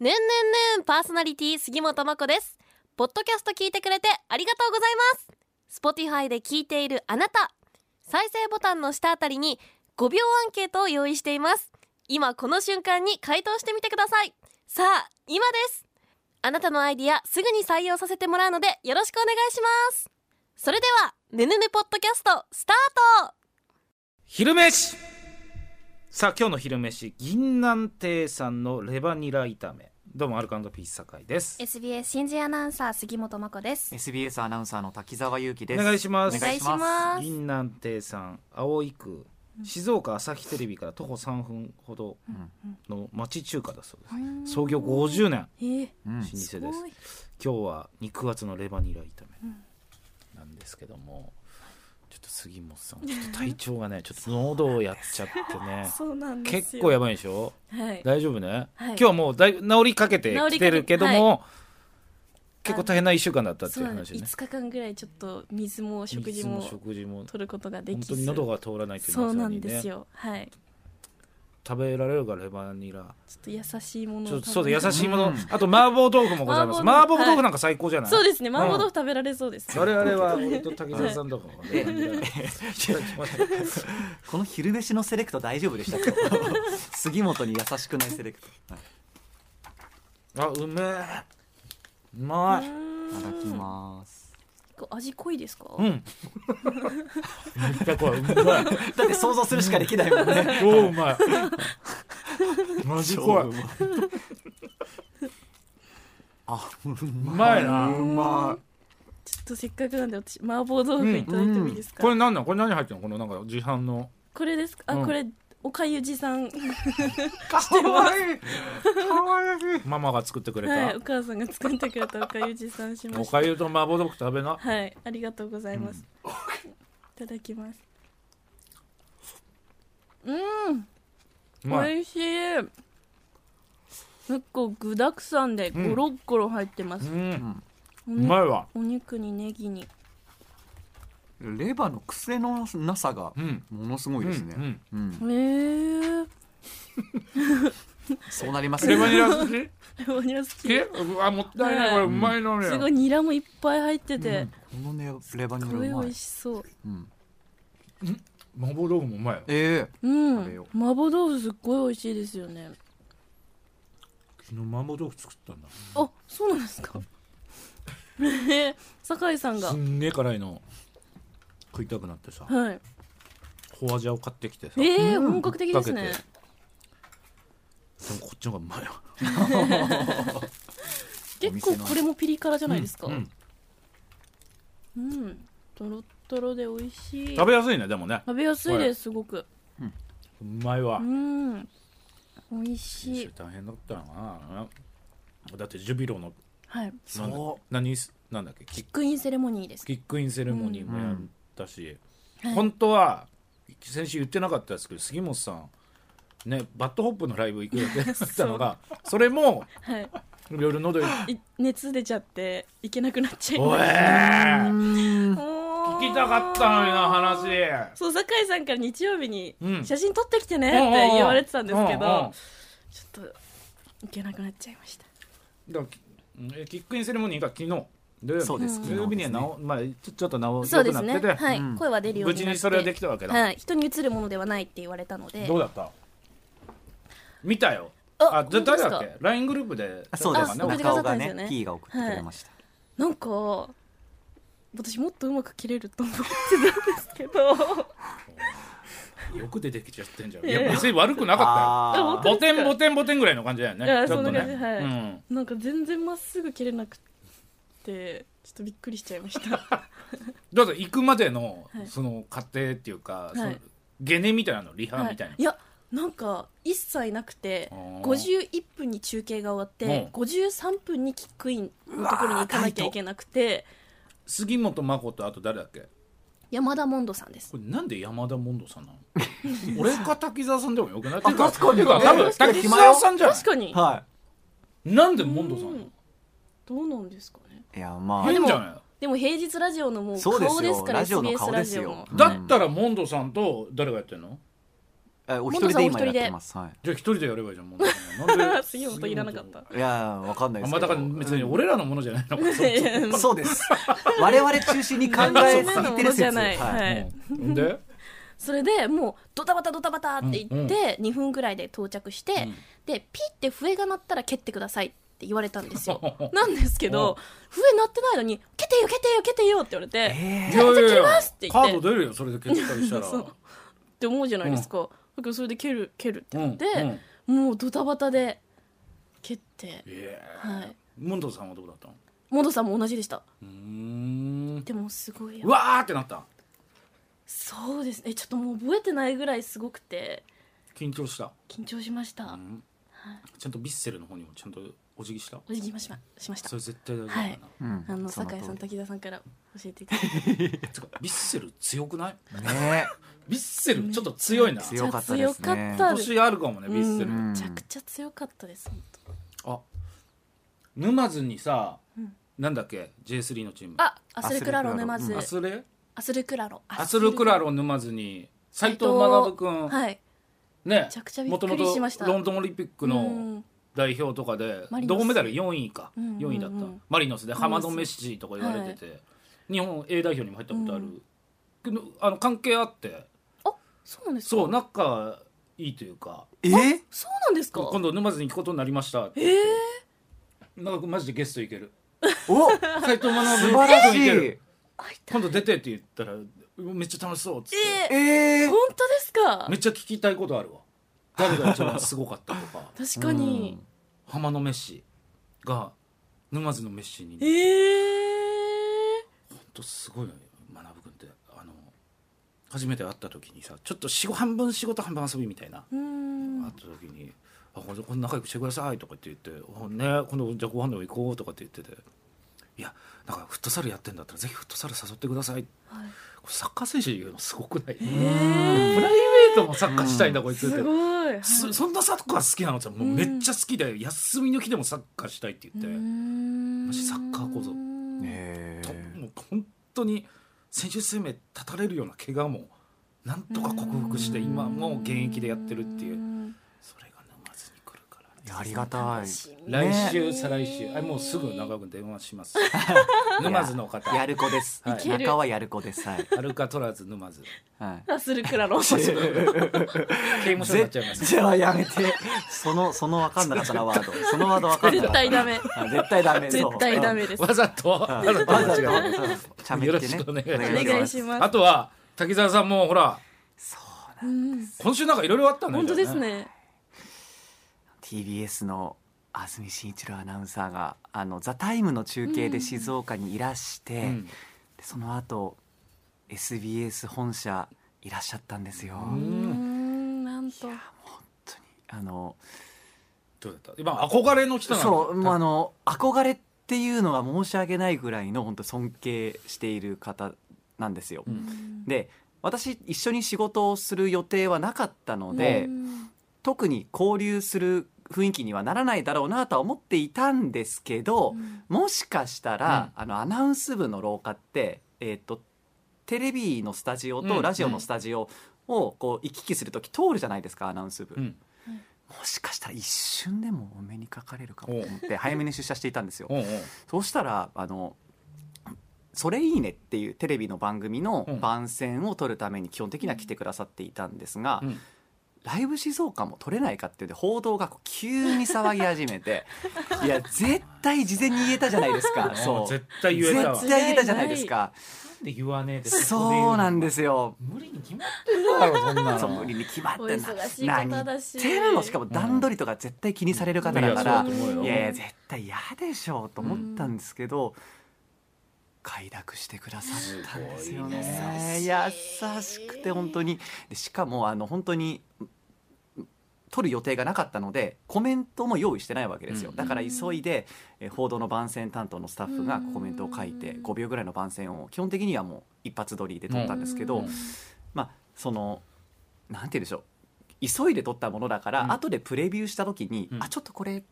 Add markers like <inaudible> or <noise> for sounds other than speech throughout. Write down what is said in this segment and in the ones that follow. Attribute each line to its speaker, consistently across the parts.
Speaker 1: ねんねんねんパーソナリティ杉本真子ですポッドキャスト聞いてくれてありがとうございます Spotify で聞いているあなた再生ボタンの下あたりに5秒アンケートを用意しています今この瞬間に回答してみてくださいさあ今ですあなたのアイディアすぐに採用させてもらうのでよろしくお願いしますそれではねぬねポッドキャストスタート
Speaker 2: 昼飯さあ今日の昼飯銀南亭さんのレバニラ炒めどうもアルカンドピース酒井です
Speaker 1: SBS 新人アナウンサー杉本真子です
Speaker 3: SBS アナウンサーの滝沢祐希
Speaker 2: お
Speaker 3: です。
Speaker 2: 願いします
Speaker 3: お願いします
Speaker 1: お願いし
Speaker 2: 銀南亭さん葵区静岡朝日テレビから徒歩3分ほど
Speaker 3: うん
Speaker 2: の町中華だそうで
Speaker 1: ます
Speaker 2: 創業50年
Speaker 1: えー
Speaker 3: うん
Speaker 2: 老舗です
Speaker 1: す
Speaker 2: 今
Speaker 1: ごい
Speaker 2: 日は肉厚のレバニラ炒めなんですけどもちょっと杉本さんちょっと体調がねちょっと喉をやっちゃってね
Speaker 1: そうなんですよ
Speaker 2: 結構やばいでしょ
Speaker 1: はい
Speaker 2: 大丈夫ね、
Speaker 1: はい
Speaker 2: 今日はもうだい治りかけてきてるけども、結構大変な1週間だったって
Speaker 1: そ
Speaker 2: いうう
Speaker 1: なんです
Speaker 2: 話ね
Speaker 1: 5日間ぐらいちょっと水も食事
Speaker 2: い
Speaker 1: も
Speaker 2: つ食事も
Speaker 1: 取ることがで
Speaker 2: 本
Speaker 1: き
Speaker 2: 当
Speaker 1: ず
Speaker 2: に喉が通らないという
Speaker 1: そうなんです
Speaker 2: ね
Speaker 1: よはい
Speaker 2: 食べられるからレバニラ
Speaker 1: ちょっと優しいものを
Speaker 2: ちょっとそ
Speaker 1: 食
Speaker 2: うだ
Speaker 1: べ
Speaker 2: 優
Speaker 1: た
Speaker 2: しいも
Speaker 3: う
Speaker 2: の
Speaker 3: ん
Speaker 2: あと麻婆豆腐もございます
Speaker 1: 麻婆豆腐
Speaker 2: 麻婆豆腐なんか最高じゃない、
Speaker 1: そうですね麻婆豆腐食べられそうです、
Speaker 2: 我々は俺と滝沢さんとかもレバニラ
Speaker 3: <laughs> この昼飯のセレクト大丈夫でしたか <laughs> 杉本に優しくないセレクト。はい
Speaker 2: あうめえうまい
Speaker 3: いただきます。
Speaker 1: こう味濃いですか、
Speaker 2: うんめっちゃこれうまい
Speaker 3: <laughs> だって想像するしかできないもんね。
Speaker 2: 超うま
Speaker 1: <laughs>
Speaker 2: いマジ怖い
Speaker 3: 超うまい <laughs> あ、う
Speaker 2: う
Speaker 3: ま
Speaker 2: ま
Speaker 3: い。
Speaker 2: いな
Speaker 3: うま
Speaker 1: ちょっとせっかくなんで私麻婆豆腐いただいてもいいですか、
Speaker 2: こ
Speaker 1: これ
Speaker 2: れ何なんこれ何入ってんのこのなんか自販の
Speaker 1: ですかあ、
Speaker 2: うん
Speaker 1: これおかゆ持参
Speaker 3: い。かわいい。かわいい。
Speaker 2: ママが作ってくれた、
Speaker 1: <laughs> はいお母さんが作ってくれたおかゆ持参しま
Speaker 2: お
Speaker 1: した
Speaker 2: かゆと麻婆豆腐食べな
Speaker 1: はいありがとうございます、いただきますうん
Speaker 2: うまい
Speaker 1: 美味しい結構具だくさんで
Speaker 2: うん
Speaker 1: ゴロッゴロ入ってま
Speaker 2: う
Speaker 1: す、
Speaker 2: ん
Speaker 1: お
Speaker 2: う
Speaker 1: 肉
Speaker 2: まいわ
Speaker 1: お肉にネギに
Speaker 3: レバーの癖のなさが
Speaker 2: うん
Speaker 3: ものすごいですね。
Speaker 2: うんうん
Speaker 3: うん
Speaker 1: えー、
Speaker 3: そうなります
Speaker 2: レバニ
Speaker 3: ね。
Speaker 2: ラ好き
Speaker 1: <laughs> レバニラ好き
Speaker 2: えうわもったいないこれうまいのね
Speaker 1: すごいニラもいっぱい入ってて、
Speaker 3: このねレバニラ
Speaker 1: す
Speaker 3: う
Speaker 1: ごい
Speaker 3: ま
Speaker 1: 美
Speaker 3: い
Speaker 1: 味。しそう
Speaker 3: うん
Speaker 2: 麻婆豆腐もうまいよ
Speaker 3: ええ。
Speaker 1: うん
Speaker 3: 食べよ
Speaker 1: 麻婆豆腐すっごい美味しいですよね
Speaker 2: 昨日麻婆豆腐作ったんだ
Speaker 1: あそうなんですか <laughs> え酒井さんが
Speaker 2: すんげえ辛いの食いたくなってさ
Speaker 1: はい
Speaker 2: ホアジャを買ってきてさ
Speaker 1: え
Speaker 2: でも
Speaker 1: ー、本格的ですね
Speaker 2: かけこっちの方がうまいわ
Speaker 3: て
Speaker 1: 結構これもピリ辛じゃないですか
Speaker 2: う
Speaker 1: うん
Speaker 2: うんん、
Speaker 1: とろっとろで美味しい
Speaker 2: 食べやすいねでもね
Speaker 1: 食べやすいですすごく
Speaker 2: うまいわ
Speaker 1: うん美味し
Speaker 2: 一
Speaker 1: い
Speaker 2: 緒大変だったよなだってジュビロの
Speaker 1: はい
Speaker 2: なんだ
Speaker 3: そ
Speaker 2: 何すなんだっけキッ
Speaker 1: クイーンセレモニーです
Speaker 2: キックインセレモニーもやったし、
Speaker 1: うん
Speaker 2: 本当は先週言ってなかったですけど杉本さんねバッドホップのライブ行く予定だったの
Speaker 1: <laughs>
Speaker 2: がそれも
Speaker 1: はい
Speaker 2: いろいろ
Speaker 1: <laughs>
Speaker 2: 喉痛い
Speaker 1: い熱出ちゃって行けなくなっちゃい
Speaker 2: お
Speaker 1: まし
Speaker 2: え
Speaker 3: う。うん
Speaker 1: たお
Speaker 2: 聞
Speaker 1: ー
Speaker 2: きたかったのにな話
Speaker 1: そう酒井さんから日曜日に
Speaker 2: うん
Speaker 1: 写真撮ってきてねって言われてたんですけ
Speaker 2: うう
Speaker 1: どちょっと行けなくなっちゃいました
Speaker 2: うんだからきえキックインセレモニーが昨日で
Speaker 3: そうです
Speaker 2: 土曜日には治、まあ、ちょちょっと治
Speaker 1: そう
Speaker 2: 良
Speaker 1: で
Speaker 2: くな
Speaker 1: す
Speaker 2: っ
Speaker 1: ね
Speaker 2: てて、
Speaker 1: はい
Speaker 3: うん
Speaker 1: 声は出るよ
Speaker 2: 無
Speaker 1: うにな
Speaker 2: 事
Speaker 1: って
Speaker 2: にそれはできたわけだ、
Speaker 1: はい人に移るものではないって言われたので
Speaker 2: どうだった見たよ
Speaker 1: あ
Speaker 2: あじゃあ
Speaker 1: 本当で
Speaker 2: 誰
Speaker 1: すか
Speaker 2: だっけ LINE グループで
Speaker 3: あそうで
Speaker 1: あ
Speaker 3: す。
Speaker 1: 送ってく
Speaker 3: 中
Speaker 1: ださ
Speaker 3: 尾
Speaker 1: った
Speaker 3: が
Speaker 1: んですよね
Speaker 3: ね、P が送ってくれました。
Speaker 1: なんか私もっとうまく切れると思ってたんですけ
Speaker 2: <laughs>
Speaker 1: ど
Speaker 2: よく出てきちゃってんじゃん。い
Speaker 1: ええ
Speaker 2: や、別に悪くなか
Speaker 1: ーあ
Speaker 2: っ
Speaker 1: 本
Speaker 2: た
Speaker 1: 当
Speaker 2: よ。ボテンボテンボテンぐらいの感じだよ
Speaker 1: いや
Speaker 2: ね。ちょっとね。
Speaker 1: そんな感じはい
Speaker 2: うん。
Speaker 1: なんか全然まっすぐ切れなくてちょっとびっくりしちゃいました
Speaker 2: だって行くまでの
Speaker 1: は、い
Speaker 2: その過程っていうか、そ
Speaker 1: は
Speaker 2: の
Speaker 1: い
Speaker 2: ゲネみたいなの、リハみたい
Speaker 1: いやなんか一切なくて
Speaker 2: あー
Speaker 1: 51分に中継が終わって、53分にキックインのところに行かなきゃいけなくて
Speaker 2: な。杉本真子とあと誰だっけ
Speaker 1: 山田モンドさんです
Speaker 2: これなんで山田モンドさんなの
Speaker 1: <laughs>
Speaker 2: 俺か滝沢さんでもよくないていう
Speaker 3: 確かに
Speaker 2: ていうか多分滝沢さんじゃ
Speaker 1: 確かに、
Speaker 3: は
Speaker 2: ん。なんでモンドさんなの
Speaker 1: どうなんですかね
Speaker 3: い。いやまあ
Speaker 2: 変じゃない
Speaker 1: でも平日ラジオのもう
Speaker 3: そうですよ
Speaker 1: 顔ですから
Speaker 3: ラジオの
Speaker 1: SBS
Speaker 3: 顔
Speaker 1: ラ
Speaker 3: で
Speaker 1: ジ
Speaker 3: す
Speaker 1: オ
Speaker 3: よ
Speaker 1: の
Speaker 2: だったらモンドさんと誰がやってんの
Speaker 3: えお一人で今
Speaker 1: モンタさんお一人で
Speaker 3: やってます。は
Speaker 2: じゃあ一人でやればいいじゃんもうなんで
Speaker 1: <laughs> 杉本いらなかった
Speaker 2: 杉
Speaker 3: い。いやーわかんないで
Speaker 2: 本
Speaker 3: す
Speaker 2: あまあ
Speaker 3: けど。
Speaker 2: だから別に俺らのものじゃないの
Speaker 3: うん
Speaker 1: <laughs>
Speaker 3: そ
Speaker 2: <laughs>
Speaker 3: うです。我々中心に考えすぎてる説。
Speaker 1: そんなのじゃないはい
Speaker 2: うんで
Speaker 1: それでもうドタバタドタバタって言って2分ぐらいで到着して、
Speaker 2: ん
Speaker 1: でピッて笛が鳴ったら蹴ってくださいって言われたんですよなんですけど笛鳴ってないのに「蹴ってよ蹴ってよ蹴ってよ」って言われて
Speaker 3: え
Speaker 1: 「
Speaker 2: い
Speaker 1: じゃ
Speaker 2: や
Speaker 1: あ
Speaker 2: いやい
Speaker 1: じ
Speaker 2: や
Speaker 1: ゃあ蹴ります」って
Speaker 2: カ
Speaker 1: 言
Speaker 2: ー
Speaker 1: って
Speaker 2: ド出るよそれで決ったりしたら
Speaker 1: そうって思うじゃないですか、だけどそれで蹴る蹴るってなって、
Speaker 2: うん
Speaker 1: もうドタバタで蹴って
Speaker 2: え
Speaker 1: は
Speaker 2: え
Speaker 1: い
Speaker 2: モンドさんはどうだったの
Speaker 1: モドさんも同じでした
Speaker 2: うーん
Speaker 1: でもすごいう
Speaker 2: わーってなった
Speaker 1: そうですねちょっともう覚えてないぐらいすごくて
Speaker 2: 緊張した
Speaker 1: 緊張しました、
Speaker 2: うんちゃんとヴィッセルの方にもちゃんとお辞儀した
Speaker 1: お辞儀もしましました
Speaker 2: それ絶対大丈夫
Speaker 1: は
Speaker 2: か
Speaker 1: い
Speaker 3: うん
Speaker 1: あの
Speaker 3: そ通
Speaker 1: 酒井
Speaker 3: り
Speaker 1: さん滝田さんから教えていただいて
Speaker 2: なつうかヴィッセル強くない
Speaker 3: ね
Speaker 2: ヴィッセルちょっと強いな
Speaker 3: 強かったですね
Speaker 1: 強かったです
Speaker 2: 年あるかもねヴィッセル
Speaker 1: うん
Speaker 3: ん
Speaker 1: めちゃくちゃ強かったです本当
Speaker 2: あ沼津にさ
Speaker 1: うん
Speaker 2: なんだっけ J3 のチーム
Speaker 1: あアスルクラロ沼津
Speaker 3: ア
Speaker 2: アスレ
Speaker 1: アスルクラロ
Speaker 2: アスルクラロ沼津に斎藤学君
Speaker 1: はい
Speaker 2: ね
Speaker 1: めちゃくちゃびっ
Speaker 2: もと
Speaker 1: く
Speaker 2: も
Speaker 1: り
Speaker 2: と
Speaker 1: しました
Speaker 2: ロンドンオリンピック
Speaker 1: う
Speaker 2: の
Speaker 1: ん
Speaker 2: 代表とかで
Speaker 1: マリノス
Speaker 2: 銅メダル4位か
Speaker 1: うんうんうん
Speaker 2: 4位だったマリノスで
Speaker 1: マリノ
Speaker 2: 浜
Speaker 1: ス
Speaker 2: 野メッシとか言われてて日本 A 代表にも入ったことあるけどあの関係あって
Speaker 1: あそうなんですか
Speaker 2: そう仲いいというか
Speaker 3: え
Speaker 1: <laughs> そうなんですか
Speaker 2: 今度沼津に行くことになりましたって
Speaker 1: えー、
Speaker 2: なんかマジでゲスト行け
Speaker 1: <laughs>
Speaker 2: る
Speaker 3: お
Speaker 2: 斎藤学君
Speaker 3: 素晴
Speaker 2: ゲ
Speaker 3: らし
Speaker 2: スト行ける
Speaker 3: い
Speaker 1: 会いたい
Speaker 2: 今度出てって言ったらめっちゃ楽しそうっつって、
Speaker 1: え
Speaker 3: え
Speaker 1: ー、
Speaker 3: ー
Speaker 1: 本当ですか
Speaker 2: めっちゃ聞きたいことあるわ誰が一番すごかったとか
Speaker 1: 確かに
Speaker 2: <laughs> 浜のメッシが沼津のメッシに
Speaker 1: え
Speaker 2: ほん
Speaker 1: ー、
Speaker 2: とすごいのよ学君ってあの初めて会った時にさちょっと仕事半分仕事半分遊びみたいな、
Speaker 1: うーん
Speaker 2: 会った時に「あこれこれ仲良くしてください」とかって言って「あね今度じゃあご飯でも行こう」とかって言ってて「いやなんかフットサルやってんだったらぜひフットサル誘ってください」
Speaker 1: はい
Speaker 2: これサッカー選手言うのすごくない、<laughs>
Speaker 1: え
Speaker 2: プ
Speaker 1: ー
Speaker 2: ライベートもサッカーしたいんだ、こいつって
Speaker 1: すごい
Speaker 2: そそんなサッカー好きなのってもううんめっちゃ好きで休みの日でもサッカーしたいって言って、
Speaker 1: マ
Speaker 2: マジサッカーこそ
Speaker 3: え
Speaker 2: と
Speaker 3: ー
Speaker 2: もう本当に選手生命絶たれるような怪我もなんとか克服して今もう現役でやってるっていうそれが沼津に来るからね
Speaker 3: いやありがたい
Speaker 2: 来週
Speaker 1: ね
Speaker 2: 再来週あもうすぐ長尾君電話します <laughs> 沼津の方
Speaker 3: やる子です
Speaker 2: はい
Speaker 1: いける
Speaker 3: 中はやる子ですはい
Speaker 2: アルカトラズ沼津
Speaker 1: <laughs>
Speaker 3: はい
Speaker 1: あする
Speaker 3: <laughs>
Speaker 1: クラロン
Speaker 2: 刑務所になっちゃいます
Speaker 3: じゃあやめてそのその分かんなかったなワードそのワード分かんなか
Speaker 1: 絶
Speaker 3: った
Speaker 1: 対ダメ
Speaker 3: あ絶対ダメそう
Speaker 1: 絶対ダメです
Speaker 2: わざと
Speaker 3: う
Speaker 2: <laughs>
Speaker 3: ん
Speaker 2: あ
Speaker 3: わ
Speaker 2: な
Speaker 3: ざ
Speaker 2: た
Speaker 3: わ
Speaker 2: た
Speaker 3: ざ
Speaker 2: ちが
Speaker 3: ちゃめ
Speaker 2: よ
Speaker 3: ってね
Speaker 2: ろしくお
Speaker 1: お
Speaker 2: 願
Speaker 1: 願いします
Speaker 2: あとは滝沢さんもほら
Speaker 1: うん
Speaker 2: 今週なんかいろいろあったね
Speaker 1: 本当ですね
Speaker 3: TBS の安住紳一郎アナウンサーが「あのザタイムの中継で静岡にいらして、
Speaker 2: うん
Speaker 3: でその後 SBS 本社いらっしゃったんですよ。
Speaker 2: う
Speaker 1: うんーんなんと
Speaker 3: あの
Speaker 2: どうだった今憧れの人なの
Speaker 3: そうもうあの憧れっていうのは申し訳ないぐらいの本当尊敬している方なんですよ。
Speaker 2: うん
Speaker 3: で私一緒に仕事をする予定はなかったので、
Speaker 1: うん
Speaker 3: 特に交流する雰囲気にはならないだろうなとは思っていたんですけど、もしかしたら、あのアナウンス部の廊下って、えー、とテレビのスタジオ
Speaker 2: う
Speaker 3: と
Speaker 2: ん
Speaker 3: ラジオのスタジオをこう行き来する時通るじゃないですかアナウンス部、
Speaker 2: う
Speaker 3: も
Speaker 2: ん
Speaker 3: しかしたら一瞬でもお目にかかれるかもと思
Speaker 2: <laughs>
Speaker 3: って早めに出社していたんですよ
Speaker 2: おうおう
Speaker 3: そうしたらあの「それいいね」っていうテレビの番組の
Speaker 2: うん
Speaker 3: 番宣を撮るために基本的には来てくださっていたんですが、
Speaker 2: うん
Speaker 3: ライブ静岡も撮れないかっていうんで報道がこう急に騒ぎ始め
Speaker 2: <laughs>
Speaker 3: ていや絶対事前に言えたじゃないですか
Speaker 2: あ
Speaker 3: そう
Speaker 2: 絶対言えたわ
Speaker 3: 絶対言えたじゃないですか
Speaker 2: で言わねえで
Speaker 3: そうなんですすよ
Speaker 2: 無理に決まってるだろそんな
Speaker 3: そう
Speaker 2: の
Speaker 3: 無理に決まってんな
Speaker 1: お忙しい
Speaker 3: 何
Speaker 1: 方
Speaker 3: 言
Speaker 1: だ
Speaker 3: っ
Speaker 1: して
Speaker 3: るのしかも段取りとか絶対気にされる方だか
Speaker 2: いや
Speaker 3: ら
Speaker 2: そうだと思うよ
Speaker 3: いやいや絶対嫌でしょうと思ったんですけど、快諾してくださったんですよね
Speaker 1: すごい
Speaker 3: 優
Speaker 1: ね
Speaker 3: しくて本当にでしかもあの本当に取る予定がなかったのでコメントも用意してないわけですよ、
Speaker 2: うん
Speaker 3: だから急いでえ報道の番宣担当のスタッフが
Speaker 1: うん
Speaker 3: コメントを書いて5秒ぐらいの番宣を基本的にはもう一発撮りで撮ったんですけど、
Speaker 2: うん
Speaker 3: まあそのなんて言うんでしょう急いで撮ったものだから、
Speaker 2: うん
Speaker 3: 後でプレビューした時に、
Speaker 2: うん
Speaker 3: あちょっとこれっ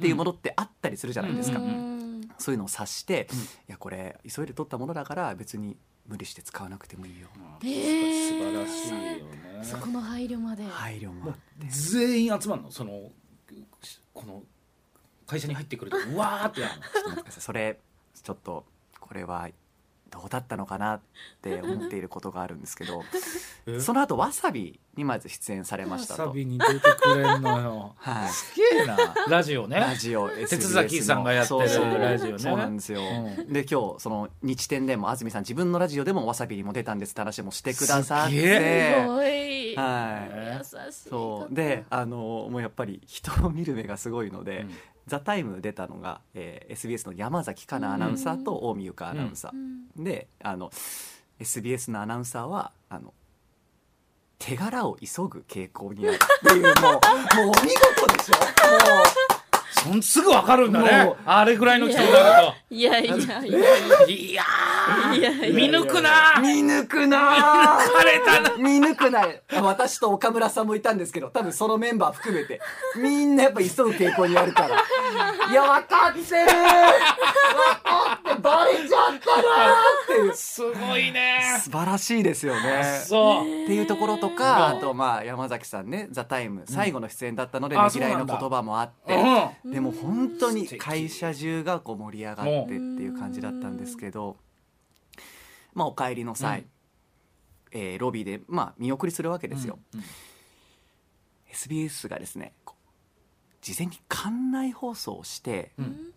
Speaker 3: ていうものってあったりするじゃないですか、
Speaker 2: うん
Speaker 1: うん
Speaker 3: そういうのを察して、いやこれ急いで取ったものだから別に無理して使わなくてもいいよ
Speaker 2: 素
Speaker 4: へー
Speaker 2: 晴らしいよね
Speaker 4: そこの配慮まで。
Speaker 3: 配慮もあって
Speaker 2: 全員集まるのそのこの会社に入って
Speaker 3: <laughs>
Speaker 2: くるとうわーってやるの
Speaker 3: ちょっと待ってくださいそれちょっとこれはどうだったのかなって思っていることがあるんですけど
Speaker 2: え
Speaker 3: その後わさびにまず出演されました
Speaker 2: サ
Speaker 3: と。
Speaker 2: ビに出てくれんのよ
Speaker 3: はい、
Speaker 2: すげえなラジオね
Speaker 3: ラジオ SBS の
Speaker 2: 崎さんがやってる
Speaker 3: そうそう
Speaker 2: ラジオね
Speaker 3: そうなんですよ、
Speaker 2: う
Speaker 3: で今日その日展でも安住さん自分のラジオでもわさびにも出たんですって話もしてくださっ
Speaker 2: すげ
Speaker 4: す
Speaker 3: て
Speaker 4: ごい。
Speaker 3: はい
Speaker 4: 優しい方。
Speaker 3: そうであのもうやっぱり人を見る目がすごいので「
Speaker 2: うん
Speaker 3: ザタイム出たのが、えー SBS の山崎かなアナウンサーと近江由香アナウンサー、
Speaker 4: うん。
Speaker 3: であの SBS のアナウンサーはあの手柄を急ぐ傾向にあるっていうもうもうお見事でしょ
Speaker 2: そんすぐわかるんだ
Speaker 3: も
Speaker 2: ね
Speaker 3: う
Speaker 2: あれぐらいの人になる
Speaker 4: いやいやいやい
Speaker 2: といや
Speaker 4: や
Speaker 2: ー
Speaker 4: い
Speaker 2: 見
Speaker 4: や。
Speaker 2: 抜くな
Speaker 3: もう
Speaker 2: ー
Speaker 3: 見抜くなー
Speaker 2: 枯れたな
Speaker 3: 見抜くない私と岡村さんもいたんですけど多分そのメンバー含めてみんなやっぱ急ぐ傾向にあるからいや分かってる分かってバレちゃったなーっていう
Speaker 2: すごいね
Speaker 3: 素晴らしいですよね
Speaker 2: そう
Speaker 3: っていうところとか、あとまあ山崎さんね「ザタイム最後の出演だったのでね
Speaker 2: あ
Speaker 3: ぎらい
Speaker 2: そ
Speaker 3: の
Speaker 2: うなんだ
Speaker 3: 言葉もあって、
Speaker 2: う
Speaker 3: でも本当に
Speaker 2: 素敵
Speaker 3: 会社中がこう盛り上がってっていう感じだったんですけど、まあ、お帰りの際、
Speaker 2: うん
Speaker 3: えーロビーで、まあ、見送りするわけですよ、
Speaker 2: うん
Speaker 3: SBS がですねこう事前に館内放送をして、
Speaker 2: うん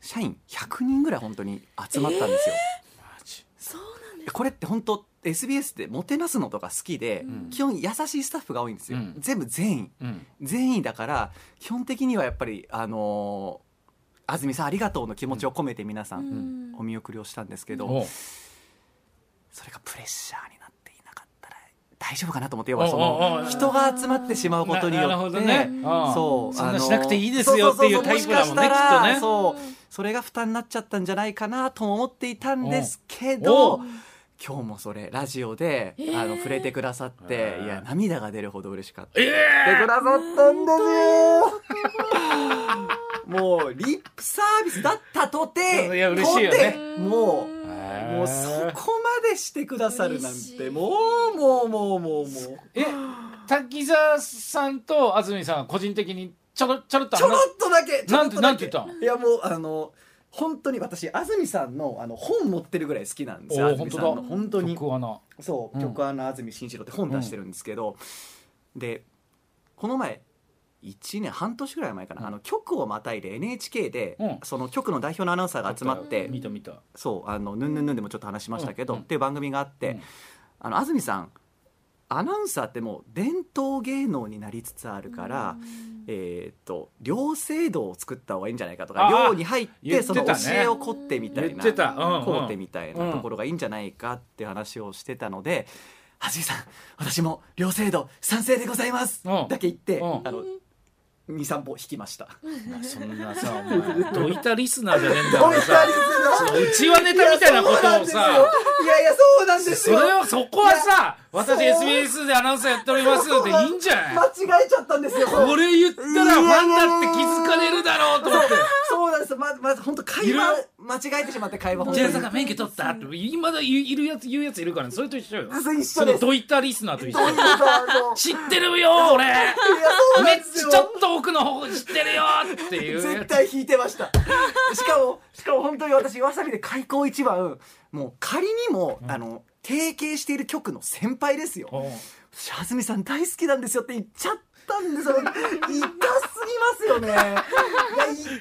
Speaker 3: 社員100人ぐらい本当に集まったんですよ。
Speaker 2: マジ
Speaker 4: そうなんで
Speaker 3: これって本当 SBS ってもてなすのとか好きで、
Speaker 2: ん
Speaker 3: 基本優しいスタッフが多いんですよ、
Speaker 2: うん
Speaker 3: 全部全員
Speaker 2: うん
Speaker 3: 善意だから基本的にはやっぱりあのー安住さんありがとうの気持ちを込めて皆さ
Speaker 4: す。うんん
Speaker 3: お見送りをしたんですけど、
Speaker 2: おう
Speaker 3: それがプレッシャーになっていなかったら大丈夫かなと思って要はそ
Speaker 2: おうおうお
Speaker 3: の
Speaker 2: う
Speaker 3: 人が集まってしまうことに
Speaker 2: な
Speaker 3: よ
Speaker 2: なるほ
Speaker 3: っ
Speaker 2: ど
Speaker 3: て、
Speaker 2: ねうん
Speaker 3: そう
Speaker 2: そん
Speaker 3: あ
Speaker 2: な
Speaker 3: の
Speaker 2: しなくていいですよっていうタイプだもんねきっとね
Speaker 3: そうそれが負担になっちゃったんじゃないかなとも思っていたんですけ
Speaker 2: お
Speaker 3: ど
Speaker 2: う
Speaker 3: 今日もそれラジオで、
Speaker 4: えー
Speaker 3: あの触れてくださって、
Speaker 2: えー
Speaker 3: いや涙が出るほど嬉しかった。
Speaker 2: え
Speaker 3: って
Speaker 2: え
Speaker 3: くださったんです
Speaker 2: <laughs>
Speaker 3: よ。もうリップサービスだったとて、
Speaker 2: いや嬉しいよね
Speaker 3: とてもう。
Speaker 2: ー
Speaker 3: もうそこまでしてくださるなん
Speaker 4: 嬉してい
Speaker 3: もうもうもうもうもう
Speaker 2: え滝沢さんと安住さんは個人的にちょろちょろっと
Speaker 3: ちょ
Speaker 2: 話
Speaker 3: ろっとだ
Speaker 2: な
Speaker 3: け
Speaker 2: ん
Speaker 3: ち
Speaker 2: て
Speaker 3: ょろっとだけ
Speaker 2: なんて言った
Speaker 3: いやもうあの本当に私安住さんのあの本持ってるぐらい好きなんですよ
Speaker 2: おー
Speaker 3: 安住さんの
Speaker 2: 本当だ
Speaker 3: 本当に
Speaker 2: 曲はな
Speaker 3: そう、
Speaker 2: うん
Speaker 3: 曲穴安住紳一郎って本出してるんですけど、でこの前1年半年ぐらい前かな、
Speaker 2: うん
Speaker 3: あの局をまたいで NHK で、
Speaker 2: うん
Speaker 3: その局の代表のアナウンサーが集まって
Speaker 2: 見た見た
Speaker 3: 「そうあのヌンヌンヌン」でもちょっと話しましたけど、
Speaker 2: うん
Speaker 3: っていう番組があって、
Speaker 2: うん
Speaker 3: あの安住さんアナウンサーってもう伝統芸能になりつつあるから、えーっと両制度を作った方がいいんじゃないかとか
Speaker 2: あー
Speaker 3: 寮に入っ
Speaker 2: 言っててた
Speaker 3: そ
Speaker 2: ね
Speaker 3: の教えを凝ってみたい
Speaker 2: 言っ
Speaker 3: な
Speaker 2: てたうん
Speaker 3: こう
Speaker 2: う
Speaker 3: て
Speaker 2: ん
Speaker 3: みたいなところがいいんじゃないかって話をしてたので「はじいさん私も両制度賛成でございます」
Speaker 2: うん
Speaker 3: だけ言って
Speaker 2: うん
Speaker 3: あの23歩引きました。
Speaker 2: まあそんなさお前どいたリスナーじゃねえんだ
Speaker 3: ど
Speaker 2: か
Speaker 3: う
Speaker 2: ら
Speaker 3: した
Speaker 2: さ
Speaker 3: りするの
Speaker 2: うちはネタみたいなことをさ
Speaker 3: いやいやそうなんです
Speaker 2: そ
Speaker 3: よ
Speaker 2: れはそこはさ私
Speaker 3: そう
Speaker 2: SBS でアナウンサーやっておりますっていいんじゃない
Speaker 3: 間違えちゃったんですよ
Speaker 2: これ言ったらファンだって気づかれるだろうと思って
Speaker 3: そうなんですまずまず本当会話
Speaker 2: い
Speaker 3: 間違えてしまって会話本
Speaker 2: ジ
Speaker 3: 当
Speaker 2: ェ
Speaker 3: に
Speaker 2: イさんが免許取ったっていまだ言ういるやつ言うやついるからねそれと一緒よ
Speaker 3: 嘘一
Speaker 2: そ
Speaker 3: 緒で
Speaker 2: の
Speaker 3: す
Speaker 2: どいたリスナーと一
Speaker 3: どう
Speaker 2: 緒
Speaker 3: いうことあの
Speaker 2: 知ってるよ俺
Speaker 3: いやそう
Speaker 2: めっ
Speaker 3: なんです
Speaker 2: ち
Speaker 3: よ
Speaker 2: ゃちょっと奥の方知ってるよっていう
Speaker 3: 絶対引いて
Speaker 2: <laughs>
Speaker 3: ましたしかもしかも本当に私わさびで開口一番もう仮にも、あの提携している局の先輩ですよ
Speaker 2: おう
Speaker 3: 私安住さん大好きなんですよって言っちゃったんですよ痛すぎますよねいや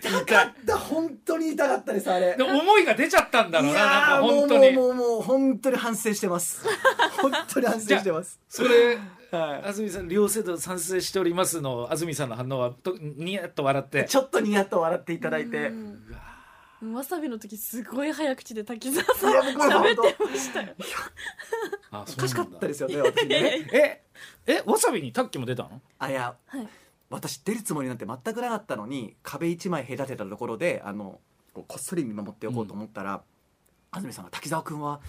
Speaker 3: 痛かった本当に痛かったですあれ
Speaker 2: で思いが出ちゃったんだろうななんか
Speaker 3: ーも
Speaker 2: 本
Speaker 3: う
Speaker 2: 当に
Speaker 3: もうもうもう本当に反省してます
Speaker 2: <laughs>
Speaker 3: 本当に反省してます
Speaker 2: それ
Speaker 3: は
Speaker 2: 安住さん両制度賛成しておりますの安住さんの反応はとニヤッと笑っ
Speaker 3: い
Speaker 2: て
Speaker 3: ちょっとニヤッと笑っていただいて、
Speaker 4: うんわさびの時すごい早口で滝沢さん
Speaker 3: いや僕も
Speaker 4: 喋ってましたよ。
Speaker 2: お
Speaker 3: おかしかったですすよね
Speaker 2: <laughs>
Speaker 3: 私ね
Speaker 2: ええわさびにタッキも出たの
Speaker 3: あいや
Speaker 4: はい。
Speaker 3: 私出るつもりなんて全くなかったのに壁一枚隔てたところであのこうこっそり見守っておこうと思ったら、安住さんが「滝沢君は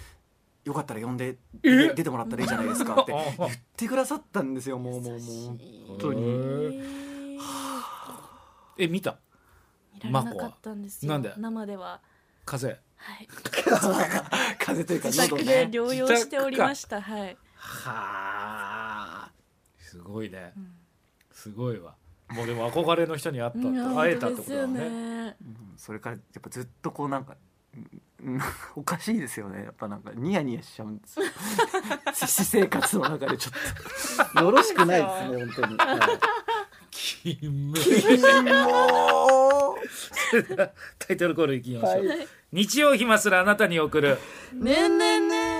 Speaker 3: よかったら呼んで
Speaker 2: え
Speaker 3: 出てもらったらいいじゃないですか」って
Speaker 1: <laughs>
Speaker 3: 言ってくださったんですよもうも
Speaker 4: 優
Speaker 3: うもう
Speaker 4: しい
Speaker 3: 本当に
Speaker 2: え見た
Speaker 1: 見られなかったんですよ
Speaker 2: マコはなんで
Speaker 1: 生では
Speaker 2: 風邪
Speaker 1: はい
Speaker 3: <laughs> 風邪というか
Speaker 1: 自
Speaker 3: 喉
Speaker 1: 宅で
Speaker 3: ね
Speaker 1: 療養しておりましたはい、
Speaker 2: はあすごいね
Speaker 1: うん
Speaker 2: すごいわもうでも憧れの人に会ったって
Speaker 1: いや
Speaker 2: 会えたってことだ
Speaker 1: 本当
Speaker 2: ね
Speaker 1: ですよね
Speaker 3: うんそれからやっぱずっとこうなんかうんうんおかしいですよねやっぱなんかニヤニヤしちゃうん
Speaker 1: <laughs>
Speaker 3: ですよ私生活の中でちょっとよろしくないですね本当にはい
Speaker 2: キム <laughs>
Speaker 3: も
Speaker 2: タイトルコールいきましょう、
Speaker 3: は
Speaker 2: 日曜暇すらあなたに送る
Speaker 1: ねえねえねえ